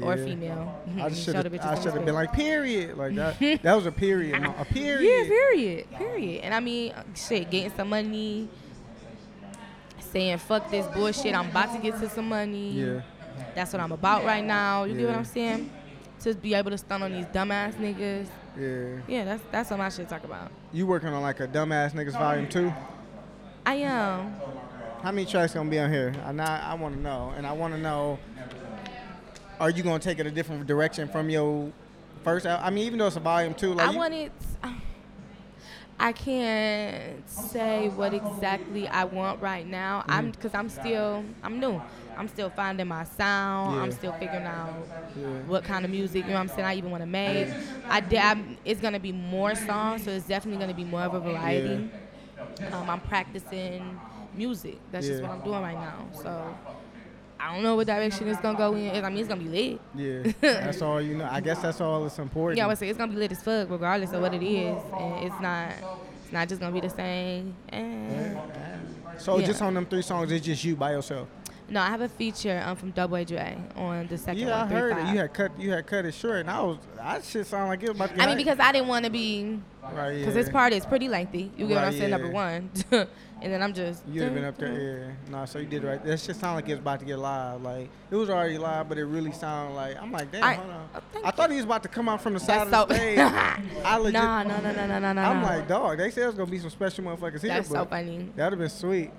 Speaker 2: or
Speaker 1: Yeah.
Speaker 2: female. <laughs>
Speaker 1: I
Speaker 2: Show
Speaker 1: should
Speaker 2: the
Speaker 1: have
Speaker 2: bitches
Speaker 1: I
Speaker 2: some
Speaker 1: should have
Speaker 2: respect.
Speaker 1: been like period like
Speaker 2: <laughs>
Speaker 1: that. that was a period. mo- A period.
Speaker 2: Yeah, period, period. And I mean, uh, shit, getting some money, saying fuck this bullshit. I'm about to get to some money.
Speaker 1: Yeah.
Speaker 2: That's what I'm about right now. You get what
Speaker 1: Yeah.
Speaker 2: I'm saying? To be able to stun on these dumbass niggas.
Speaker 1: Yeah.
Speaker 2: Yeah, that's that's what my shit talk about.
Speaker 1: You working on like a dumbass niggas volume two?
Speaker 2: I um, am.
Speaker 1: How many tracks gonna be on here? I I, I want to know, and I want to know. Are you gonna take it a different direction from your first? al- I mean, even though it's a volume two, like
Speaker 2: I
Speaker 1: you-
Speaker 2: want it. I can't say what exactly I want right now. I'm
Speaker 1: Mm.
Speaker 2: because I'm still I'm new. I'm still finding my sound. I'm
Speaker 1: Yeah.
Speaker 2: still figuring out
Speaker 1: Yeah.
Speaker 2: what kind of music, you know what I'm saying, I even want to make. I did, I'm, it's going to be more songs, so it's definitely going to be more of a variety. Um, I'm practicing music. That's just
Speaker 1: Yeah.
Speaker 2: what I'm doing right now. So I don't know what direction it's going to go in. I mean, it's going to be lit.
Speaker 1: Yeah, that's all you know. I guess that's all that's important.
Speaker 2: Yeah, I would say it's going to be lit as fuck, regardless of what it is. And it's not, it's not just going to be the same. Eh.
Speaker 1: so just
Speaker 2: yeah.
Speaker 1: on them three songs, it's just you by yourself.
Speaker 2: No, I have a feature um, from Double A Dre on the second
Speaker 1: yeah, I
Speaker 2: one.
Speaker 1: heard
Speaker 2: 3-5.
Speaker 1: it. You had cut. You had cut it short, and I was. That shit sound like it was about to. Be
Speaker 2: I
Speaker 1: hype.
Speaker 2: mean, because I didn't want to be
Speaker 1: right,
Speaker 2: Because
Speaker 1: yeah.
Speaker 2: this part is pretty lengthy. You get what
Speaker 1: Right,
Speaker 2: I'm saying?
Speaker 1: yeah.
Speaker 2: Number one. <laughs> and then I'm just.
Speaker 1: You'd have been up
Speaker 2: <laughs>
Speaker 1: there, yeah. Nah, so you did right. That shit sound like it's about to get live. Like it was already live, but it really sounded like I'm like, damn,
Speaker 2: I-
Speaker 1: hold on.
Speaker 2: uh, thank
Speaker 1: I thought he was about to come out from the side
Speaker 2: That's
Speaker 1: of the
Speaker 2: so- <laughs>
Speaker 1: stage. I legit,
Speaker 2: Nah, no, no, no, no, no, no.
Speaker 1: I'm
Speaker 2: no.
Speaker 1: like, dog. They said it was gonna be some special motherfuckers here,
Speaker 2: That's
Speaker 1: but
Speaker 2: so funny. <laughs>
Speaker 1: that'd have been sweet.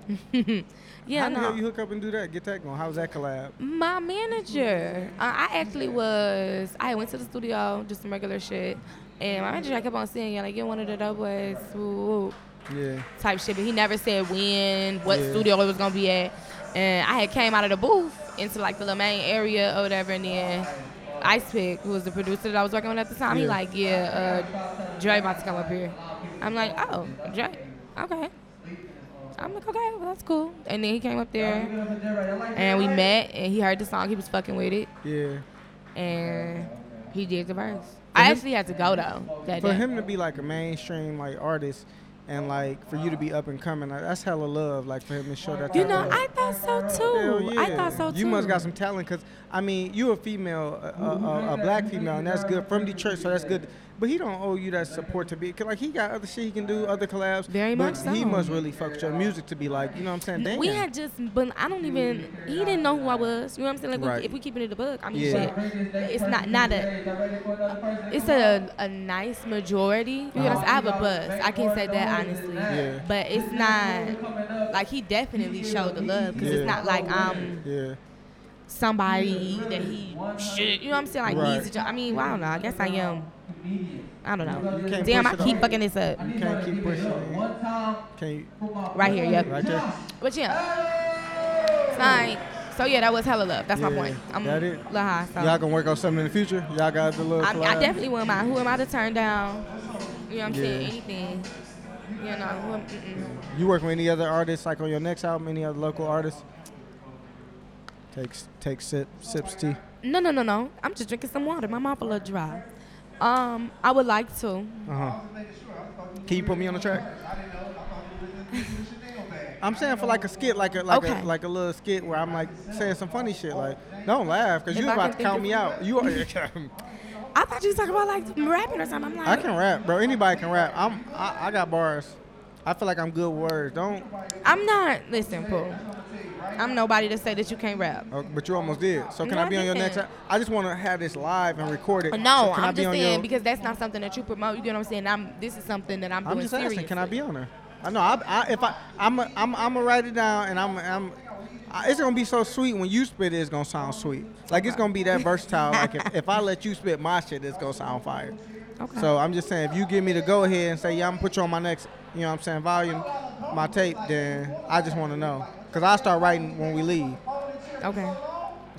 Speaker 2: Yeah,
Speaker 1: How the
Speaker 2: no.
Speaker 1: hell you hook up and do that? Get that going. How was that collab?
Speaker 2: My manager, uh, I actually was. I went to the studio, just some regular shit, and my manager I kept on saying, "Yeah, like you're one of the doughboys." woo, woo,
Speaker 1: Yeah,
Speaker 2: type shit, but he never said when, what
Speaker 1: Yeah.
Speaker 2: studio it was gonna be at. And I had came out of the booth into like the little main area or whatever, and then Ice Pick, who was the producer that I was working with at the time, he
Speaker 1: Yeah.
Speaker 2: like, yeah, uh, Dre about to come up here. I'm like, oh, Dre, okay. I'm like, okay, well that's cool. And then he came up there, and we met, and he heard the song, he was fucking with it,
Speaker 1: yeah.
Speaker 2: and he did the verse. I actually had to go though that
Speaker 1: For
Speaker 2: day.
Speaker 1: him to be like a mainstream like artist, and like for you to be up and coming, like, that's hella love. Like for him to show that.
Speaker 2: you
Speaker 1: type
Speaker 2: know,
Speaker 1: of love.
Speaker 2: I thought so
Speaker 1: Hell
Speaker 2: too.
Speaker 1: yeah.
Speaker 2: I thought so too.
Speaker 1: You must got some talent, cause I mean, you a female, a, a, a, a black female, and that's good from Detroit, so that's good. But he don't owe you that support to be, cause like he got other shit he can do, other collabs.
Speaker 2: Very
Speaker 1: but
Speaker 2: much so.
Speaker 1: He must really fuck with your music to be like, you know what I'm saying? Damn.
Speaker 2: We had just, but I don't even. He didn't know who I was. You know what I'm saying? Like,
Speaker 1: Right.
Speaker 2: we, if we keeping it the book, I mean,
Speaker 1: Yeah.
Speaker 2: shit. It's not not a. It's a a nice majority. You know what I'm saying? I have a buzz. I can say that honestly.
Speaker 1: Uh-huh. Yeah.
Speaker 2: But it's not like he definitely showed the love because
Speaker 1: Yeah.
Speaker 2: it's not like I'm
Speaker 1: yeah,
Speaker 2: somebody that he should. You know what I'm saying? Like
Speaker 1: Right.
Speaker 2: needs to. jo- I mean, well, I don't know. I guess I am. I don't
Speaker 1: You
Speaker 2: know.
Speaker 1: can't
Speaker 2: Damn, I
Speaker 1: push it
Speaker 2: keep
Speaker 1: off.
Speaker 2: fucking this up
Speaker 1: you can't keep pushing. It. Can you?
Speaker 2: right here. Yep.
Speaker 1: Right there.
Speaker 2: But yeah. It's like, so yeah, that was hella love. That's my
Speaker 1: Yeah,
Speaker 2: point. I'm
Speaker 1: that it.
Speaker 2: a little high, so.
Speaker 1: Y'all gonna work on something in the future? Y'all got the little.
Speaker 2: I,
Speaker 1: collab?
Speaker 2: I definitely wouldn't mind. Who am I to turn down? You know what I'm saying?
Speaker 1: Yeah.
Speaker 2: Anything. You know, who am, mm-mm.
Speaker 1: You work with any other artists like on your next album? Any other local artists? Takes take sip sips tea.
Speaker 2: no, no, no, no. I'm just drinking some water. My mouth a little dry. Um, I would like to.
Speaker 1: Uh huh. Can you put me on the track? I'm saying for like a skit, like a like
Speaker 2: Okay.
Speaker 1: a like a little skit where I'm like saying some funny shit, like don't laugh because
Speaker 2: If
Speaker 1: you
Speaker 2: I
Speaker 1: about
Speaker 2: can
Speaker 1: to
Speaker 2: think
Speaker 1: count
Speaker 2: of-
Speaker 1: me out. You are. <laughs>
Speaker 2: I thought you was talking about like rapping or something. I'm like,
Speaker 1: I can rap, bro. Anybody can rap. I'm I, I got bars. I feel like I'm good with words. Don't.
Speaker 2: I'm not. Listen, Pooh. I'm nobody to say that you can't rap.
Speaker 1: oh, but you almost did. So can
Speaker 2: No,
Speaker 1: I be on your
Speaker 2: I
Speaker 1: next?
Speaker 2: didn't. Oh,
Speaker 1: al- I just want to have this live and record it.
Speaker 2: No,
Speaker 1: So can I
Speaker 2: I'm
Speaker 1: be
Speaker 2: just
Speaker 1: on
Speaker 2: saying
Speaker 1: your-
Speaker 2: because that's not something that you promote. You get what I'm saying? I'm. This is something that I'm doing
Speaker 1: I'm just
Speaker 2: seriously.
Speaker 1: asking, can I be on there? I know. I, I if I I'm a, I'm I'm gonna write it down and I'm I'm. I, it's gonna be so sweet when you spit it. It's gonna sound sweet. Like it's gonna be that versatile. like if, if I let you spit my shit, it's gonna sound fire.
Speaker 2: Okay.
Speaker 1: So I'm just saying, if you give me the go ahead and say, yeah, I'm gonna put you on my next, you know, what I'm saying volume, my tape, then I just want to know. Cause I start writing when we leave.
Speaker 2: Okay.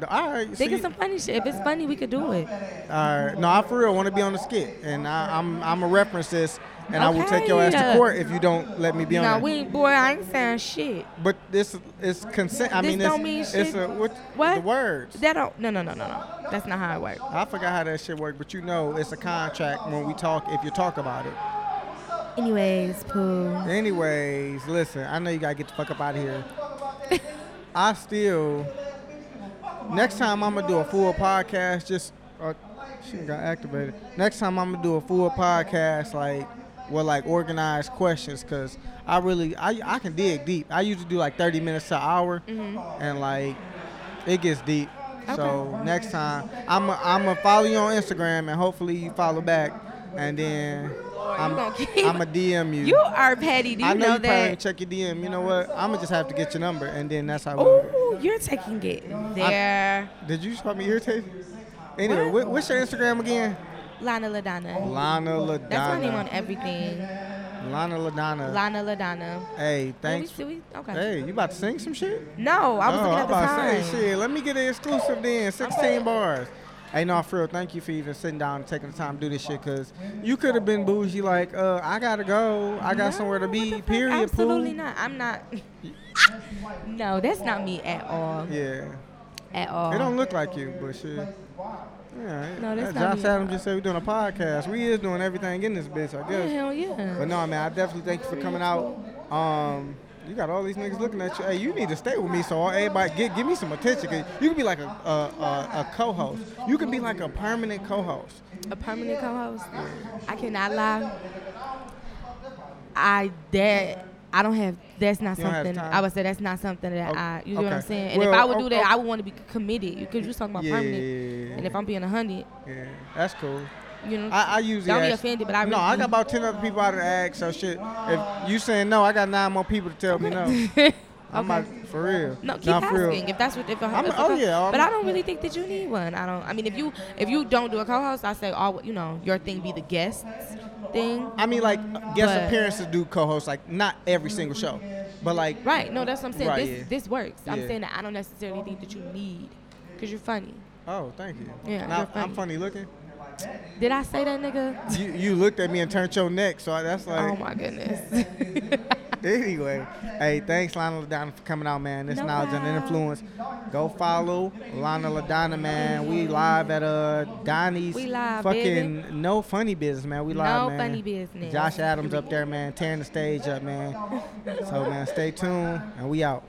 Speaker 1: All right,
Speaker 2: Think
Speaker 1: see-
Speaker 2: of some funny shit. If it's funny, we could do it.
Speaker 1: Uh, no, I for real want to be on the skit, and I, I'm I'm a reference this, and I will take your ass to
Speaker 2: Okay.
Speaker 1: court if you don't let me be
Speaker 2: No,
Speaker 1: on.
Speaker 2: we
Speaker 1: it.
Speaker 2: ain't, boy, I ain't saying shit.
Speaker 1: but this is consent. I
Speaker 2: This
Speaker 1: mean,
Speaker 2: don't mean
Speaker 1: it's, it's
Speaker 2: shit.
Speaker 1: a what,
Speaker 2: What?
Speaker 1: the words.
Speaker 2: That don't. No, no, no, no, no. That's not how it works.
Speaker 1: I forgot how that shit worked, but you know, it's a contract when we talk. If you talk about it,
Speaker 2: Anyways, Pooh.
Speaker 1: anyways, listen. I know you gotta get the fuck up out of here. I still. Next time I'm gonna do a full podcast. Just uh, she got activated. Next time I'm gonna do a full podcast like with like organized questions because I really I I can dig deep. I usually do like 30 minutes to an hour,
Speaker 2: Mm-hmm.
Speaker 1: and like it gets deep. So next time I'm i I'm gonna follow you on Instagram and hopefully you follow back, and then I'm
Speaker 2: gonna keep-
Speaker 1: I'm gonna DM you.
Speaker 2: <laughs> You are petty. Do you
Speaker 1: I know, you probably
Speaker 2: that?
Speaker 1: ain't check your DM. You know what? I'm gonna just have to get your number, and then that's how. we'll do it.
Speaker 2: Ooh, you're taking it there.
Speaker 1: Did you just call me irritated? Anyway,
Speaker 2: Oh. What?
Speaker 1: what? what's your Instagram again?
Speaker 2: Lana Ladonna.
Speaker 1: Lana Ladonna.
Speaker 2: That's my name on everything.
Speaker 1: Lana Ladonna.
Speaker 2: Lana Ladonna.
Speaker 1: hey, thanks.
Speaker 2: Oh, we- we- okay.
Speaker 1: Hey, you about to sing some shit?
Speaker 2: No, I was
Speaker 1: oh,
Speaker 2: looking
Speaker 1: I'm
Speaker 2: at the
Speaker 1: about
Speaker 2: time.
Speaker 1: to say shit. Let me get an exclusive then. 16 bars. Hey, no, for real. Thank you for even sitting down and taking the time to do this shit, cause you could have been bougie like, uh, I gotta go. I got
Speaker 2: No,
Speaker 1: somewhere to
Speaker 2: what
Speaker 1: be.
Speaker 2: the fuck?
Speaker 1: Period. poo.
Speaker 2: Absolutely not.
Speaker 1: <laughs>
Speaker 2: I'm not. no, that's not me at all.
Speaker 1: Yeah.
Speaker 2: At all.
Speaker 1: It don't look like you, but shit. Yeah,
Speaker 2: No, Oh. that's not
Speaker 1: Josh
Speaker 2: me.
Speaker 1: Adams just said we're doing a podcast. We is doing everything in this bitch, I
Speaker 2: yeah, <laughs>
Speaker 1: guess.
Speaker 2: hell yeah.
Speaker 1: But no, man, I definitely thank you for coming out. Um, you got all these niggas looking at you. Hey, you need to stay with me, so everybody get give me some attention. 'cause you can be like a a, a, a co-host. You can be like a permanent co-host.
Speaker 2: a permanent co-host. I cannot lie. I that I don't have. That's not
Speaker 1: You don't have
Speaker 2: something.
Speaker 1: time?
Speaker 2: I would say that's not something that
Speaker 1: Oh,
Speaker 2: I. You know what I'm
Speaker 1: okay.
Speaker 2: saying? And if
Speaker 1: Well,
Speaker 2: I would
Speaker 1: oh,
Speaker 2: do that,
Speaker 1: oh.
Speaker 2: I would want to be committed because you're talking about
Speaker 1: Yeah,
Speaker 2: permanent.
Speaker 1: yeah, yeah,
Speaker 2: And if I'm being a hundred,
Speaker 1: Yeah, that's cool.
Speaker 2: you know, <laughs>
Speaker 1: I, I usually
Speaker 2: Don't be
Speaker 1: ask-
Speaker 2: offended, but I
Speaker 1: no,
Speaker 2: really
Speaker 1: I
Speaker 2: do.
Speaker 1: got about ten other people out of the act. So shit, if you saying no, I got nine more people to tell me
Speaker 2: <laughs>
Speaker 1: no. I'm
Speaker 2: Okay.
Speaker 1: like, for real.
Speaker 2: no, keep
Speaker 1: Nah,
Speaker 2: asking
Speaker 1: for real.
Speaker 2: if that's what. If a,
Speaker 1: I'm-
Speaker 2: if a
Speaker 1: oh,
Speaker 2: co-
Speaker 1: yeah, I'm-
Speaker 2: but I don't really think that you need one. I don't. I mean, if you if you don't do a co-host, I say all you know your thing be the guests thing.
Speaker 1: I mean, like guest
Speaker 2: But-
Speaker 1: appearances do co-host, like not every single show, but like
Speaker 2: Right. No, that's what I'm saying.
Speaker 1: Right,
Speaker 2: this
Speaker 1: yeah.
Speaker 2: this works. I'm
Speaker 1: Yeah.
Speaker 2: saying that I don't necessarily think that you need because you're funny.
Speaker 1: oh, thank you.
Speaker 2: Yeah,
Speaker 1: Now,
Speaker 2: you're funny.
Speaker 1: I'm funny looking.
Speaker 2: Did I say that, nigga?
Speaker 1: You you looked at me and turned your neck, so I- that's
Speaker 2: Oh
Speaker 1: like
Speaker 2: my goodness. Oh
Speaker 1: anyway. Hey, thanks Lana Ladonna for coming out, man. This
Speaker 2: No
Speaker 1: knowledge and
Speaker 2: problem.
Speaker 1: influence. Go follow Lana Ladonna, man. We live at uh Donnie's
Speaker 2: We live,
Speaker 1: fucking no funny business, man. We live,
Speaker 2: No
Speaker 1: man.
Speaker 2: funny business.
Speaker 1: Josh Adams up there, man, tearing the stage up, man. So man, stay tuned and we out.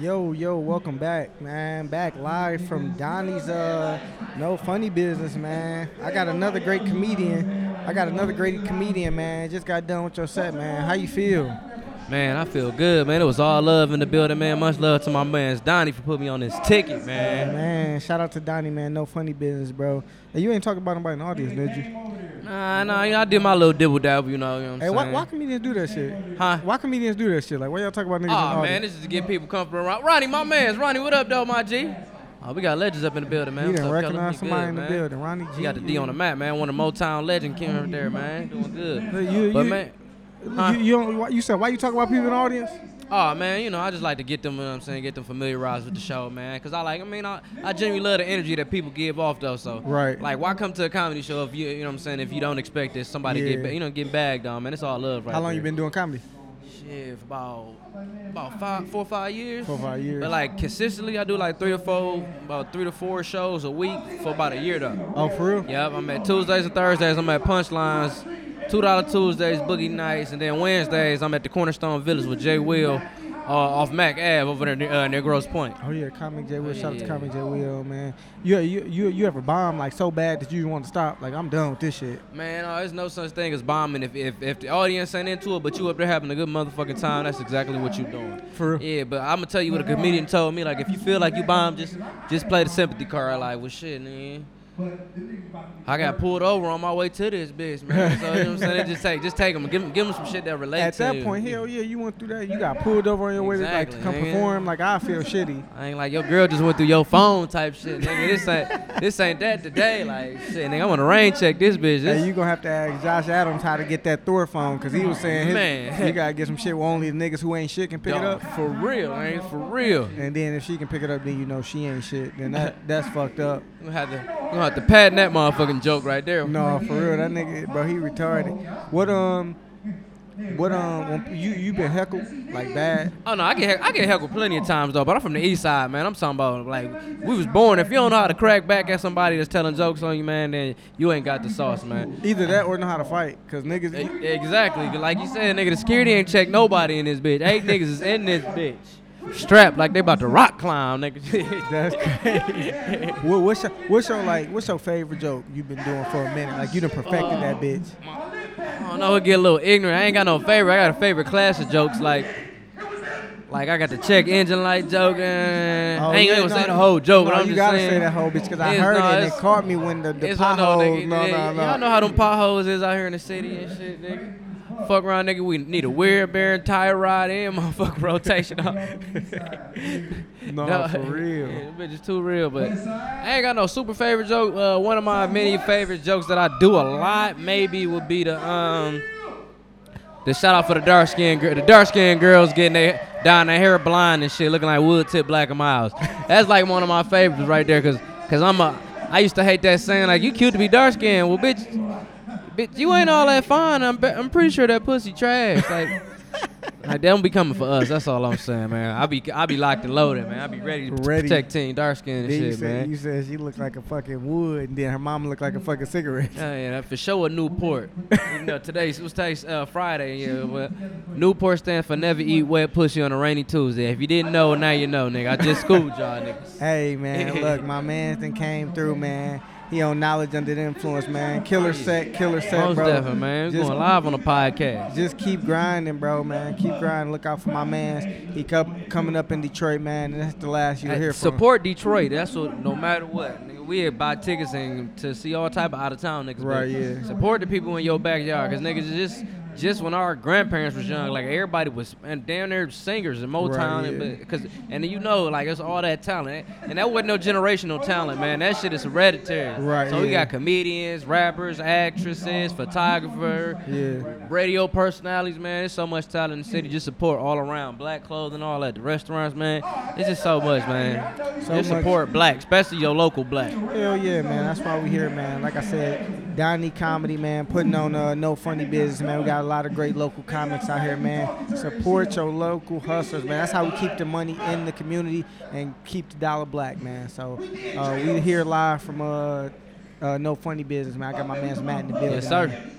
Speaker 1: Yo, yo, welcome back, man. Back live from Donnie's uh No Funny Business, man. I got another great comedian. I got another great comedian, man. Just got done with your set, man. How you feel?
Speaker 3: Man, I feel good, man. It was all love in the building, man. Much love to my man's Donnie for putting me on this ticket, man.
Speaker 1: Man, shout out to Donnie, man. No funny business, bro. Hey, you ain't talking about nobody in the audience, did you?
Speaker 3: Nah, nah, you know, I did my little dibble dabble, you know, you know what I'm
Speaker 1: Hey,
Speaker 3: saying?
Speaker 1: why, why comedians do that shit?
Speaker 3: Huh?
Speaker 1: Why comedians do that shit? Like, why y'all talking about niggas in the
Speaker 3: Oh, man,
Speaker 1: audience?
Speaker 3: this is to get people comfortable around. Ronnie, my man's Ronnie, what up, though, my G? Oh, we got legends up in the building, man.
Speaker 1: you
Speaker 3: What's
Speaker 1: didn't
Speaker 3: up, fella?
Speaker 1: recognize
Speaker 3: You
Speaker 1: somebody
Speaker 3: good,
Speaker 1: in the
Speaker 3: man?
Speaker 1: building. Ronnie G.
Speaker 3: You got the D on the map, man. One of the Motown legend came over there, man. Doing good.
Speaker 1: Look, you-
Speaker 3: but,
Speaker 1: you-
Speaker 3: man, Huh?
Speaker 1: You, you, don't, why- you said, why you talking about people in the audience?
Speaker 3: Oh man, you know, I just like to get them, you know what I'm saying, get them familiarized with the show, man. Cause I like, I mean, I, I genuinely love the energy that people give off though. So
Speaker 1: Right.
Speaker 3: like, why come to a comedy show if you, you know, what I'm saying, if you don't expect that somebody
Speaker 1: Yeah.
Speaker 3: get, ba- you know, get bagged on, man. It's all love, right?
Speaker 1: How long you
Speaker 3: there.
Speaker 1: been doing comedy?
Speaker 3: Shit, for about about five, four or five years.
Speaker 1: Four or five years.
Speaker 3: But like consistently, I do like three or four, about three to four shows a week for about a year though.
Speaker 1: Oh, for real?
Speaker 3: Yep, I'm at Tuesdays and Thursdays. I'm at Punchlines, two dollar Tuesdays, Boogie Nights, and then Wednesdays I'm at the Cornerstone Village with Jay Will, uh, off Mac Ave over there near, uh, near Gross Point.
Speaker 1: Oh yeah, Comic J Will. Shout out to
Speaker 3: yeah.
Speaker 1: Comic J Will, man. You you you you ever bomb like so bad that you want to stop? Like I'm done with this shit.
Speaker 3: Man, uh, there's no such thing as bombing. If, if if the audience ain't into it, but you up there having a good motherfucking time, that's exactly what you doing.
Speaker 1: For real?
Speaker 3: Yeah, but I'm gonna tell you what a comedian told me. Like, if you feel like you bombed, just just play the sympathy card. Like, well, shit, man. I got pulled over on my way to this bitch, man. So you know what I'm saying? just take, just take them, give them, give them some shit that relates.
Speaker 1: At
Speaker 3: to
Speaker 1: that
Speaker 3: you.
Speaker 1: point, hell yeah, you went through that. You got pulled over on your way to like
Speaker 3: Exactly,
Speaker 1: to come
Speaker 3: nigga.
Speaker 1: perform. Like I feel shitty.
Speaker 3: I ain't like your girl just went through your phone type shit, nigga. This ain't, this ain't that today. Like shit, nigga. I'm gonna rain check this bitch. This-
Speaker 1: Hey, you gonna have to ask Josh Adams how to get that Thor phone because
Speaker 3: <laughs>
Speaker 1: he was saying his, <laughs>
Speaker 3: Man.
Speaker 1: you gotta get some shit where only the niggas who ain't shit can pick it
Speaker 3: Dog,
Speaker 1: up.
Speaker 3: for real, ain't for real.
Speaker 1: And then if she can pick it up, then you know she ain't shit. Then that that's fucked up.
Speaker 3: You have to, you have to patent that motherfucking joke right there.
Speaker 1: No, for real, that nigga, bro, he retarded. What um, what um, when you you been heckled like bad?
Speaker 3: Oh no, I get heck- I get heckled plenty of times though, but I'm from the east side, man. I'm talking about like we was born. If you don't know how to crack back at somebody that's telling jokes on you, man, then you ain't got the sauce, man.
Speaker 1: Either that or know how to fight, cause niggas.
Speaker 3: E- Exactly, 'cause like you said, nigga, the security ain't check nobody in this bitch. Eight niggas is in this bitch, strapped like they about to rock climb, nigga. <laughs>
Speaker 1: That's <laughs> crazy. what, what's your what's your like what's your favorite joke you've been doing for a minute? Like you done perfected
Speaker 3: Oh,
Speaker 1: that bitch.
Speaker 3: I don't know, it get a little ignorant. I ain't got no favorite. I got a favorite class of jokes like. Like I got the check engine light joke and I ain't gonna
Speaker 1: Oh, no,
Speaker 3: say the whole joke,
Speaker 1: no,
Speaker 3: but I'm
Speaker 1: you
Speaker 3: just
Speaker 1: gotta
Speaker 3: saying.
Speaker 1: say that whole bitch because I
Speaker 3: It's-
Speaker 1: heard
Speaker 3: no,
Speaker 1: it and it
Speaker 3: it's-
Speaker 1: caught me when the, the
Speaker 3: It's one of those
Speaker 1: potholes.
Speaker 3: niggas.
Speaker 1: No,
Speaker 3: yeah,
Speaker 1: no, no.
Speaker 3: Y'all know how them potholes is out here in the city and shit, nigga. Fuck around, nigga. We need a weird bearing, tie rod, and motherfucking rotation.
Speaker 1: <laughs> No, for real.
Speaker 3: Yeah, that bitch is too real, but I ain't got no super favorite joke. Uh, one of my many favorite jokes that I do a lot maybe would be the um the shout out for the dark skinned girl the dark skinned girls getting their dying their hair blind and shit looking like wood tip black and miles. That's like one of my favorites right there cause cause I'm a I used to hate that saying like you cute to be dark skinned. Well bitch bitch you ain't all that fine. I'm be- I'm pretty sure that pussy trash. Like
Speaker 1: <laughs>
Speaker 3: like they don't be coming for us. That's all I'm saying, man. I be I be locked and loaded, man. I be ready to
Speaker 1: Ready.
Speaker 3: protect team dark skin and
Speaker 1: Then you
Speaker 3: shit,
Speaker 1: said you
Speaker 3: man.
Speaker 1: said she looked like a fucking wood, and then her mom looked like a fucking
Speaker 3: <laughs>
Speaker 1: cigarette.
Speaker 3: Yeah, yeah, for sure a
Speaker 1: <laughs>
Speaker 3: Newport. you know, today's was today's uh, Friday, yeah, but Newport stands for never eat wet pussy on a rainy Tuesday. If you didn't know, now you know, nigga. I just schooled y'all niggas.
Speaker 1: Hey man, look, my man then came through, man. He on knowledge under the influence, man. Killer set, killer set,
Speaker 3: Oh, Most
Speaker 1: bro.
Speaker 3: definitely, man. It's
Speaker 1: Just-
Speaker 3: going live on the podcast.
Speaker 1: Just keep grinding, bro, man. Keep grinding. Look out for my man. He come, coming up in Detroit, man, and that's the last you'll
Speaker 3: Hey,
Speaker 1: hear from. him.
Speaker 3: support Detroit. That's what. No matter what, nigga, we buy tickets and to see all type of out of town niggas. but
Speaker 1: Right, yeah.
Speaker 3: Support the people in your backyard, cause niggas is just just when our grandparents was young, like everybody was and damn near singers in Motown,
Speaker 1: Right,
Speaker 3: and,
Speaker 1: yeah.
Speaker 3: but- cause and you know like it's all that talent, and that wasn't no generational talent, man. That shit is hereditary.
Speaker 1: Right,
Speaker 3: So we
Speaker 1: yeah.
Speaker 3: got comedians, rappers, actresses, photographer.
Speaker 1: Yeah.
Speaker 3: Radio personalities, man. There's so much talent in the city. Just support all around. Black clothing, all that. The restaurants, man. It's just so much, man.
Speaker 1: So
Speaker 3: just
Speaker 1: much.
Speaker 3: support black, especially your local black.
Speaker 1: Hell yeah, man. That's why we here, man. Like I said, Donnie Comedy, man, putting on uh, No Funny Business, man. We got a lot of great local comics out here, man. Support your local hustlers, man. That's how we keep the money in the community and keep the dollar black, man. So uh, we here live from uh, uh, No Funny Business, man. I got my man's Matt in the building.
Speaker 3: Yes, sir.
Speaker 1: man.